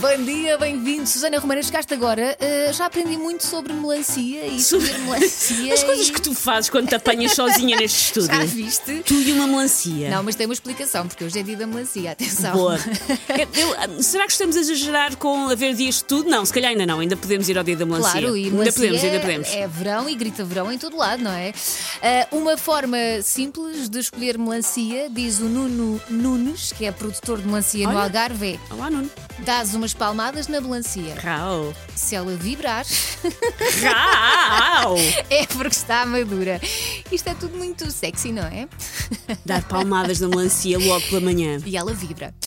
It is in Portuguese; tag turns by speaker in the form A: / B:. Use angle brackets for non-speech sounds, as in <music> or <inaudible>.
A: Bom dia, bem-vindo. Susana Romana, chegaste agora. Uh, já aprendi muito sobre melancia e
B: Sobre-
A: comer melancia.
B: As coisas
A: e-
B: que tu fazes quando te apanhas sozinha neste estúdio.
A: <laughs> Já viste?
B: Tu e uma melancia.
A: Não, mas tem uma explicação, porque hoje é dia da melancia, atenção.
B: Boa.
A: <laughs>
B: É, Eu- eu- será que estamos a exagerar com haver dias de tudo? Não, se calhar ainda não. Ainda podemos ir ao dia da melancia.
A: Claro, e
B: ainda
A: melancia
B: podemos, ainda podemos.
A: É verão e grita verão em todo lado, não é? Ah, uma forma simples de escolher melancia, diz o Nuno Nunes, que é produtor de melancia no
B: Olha.
A: Algarve, é
B: Olá, Nuno.
A: dás umas palmadas na melancia.
B: Rau.
A: Se ela vibrar, <laughs>
B: Rau.
A: é porque está madura. Isto é tudo muito sexy, não é?
B: Dar palmadas na melancia logo pela manhã.
A: E ela vibra.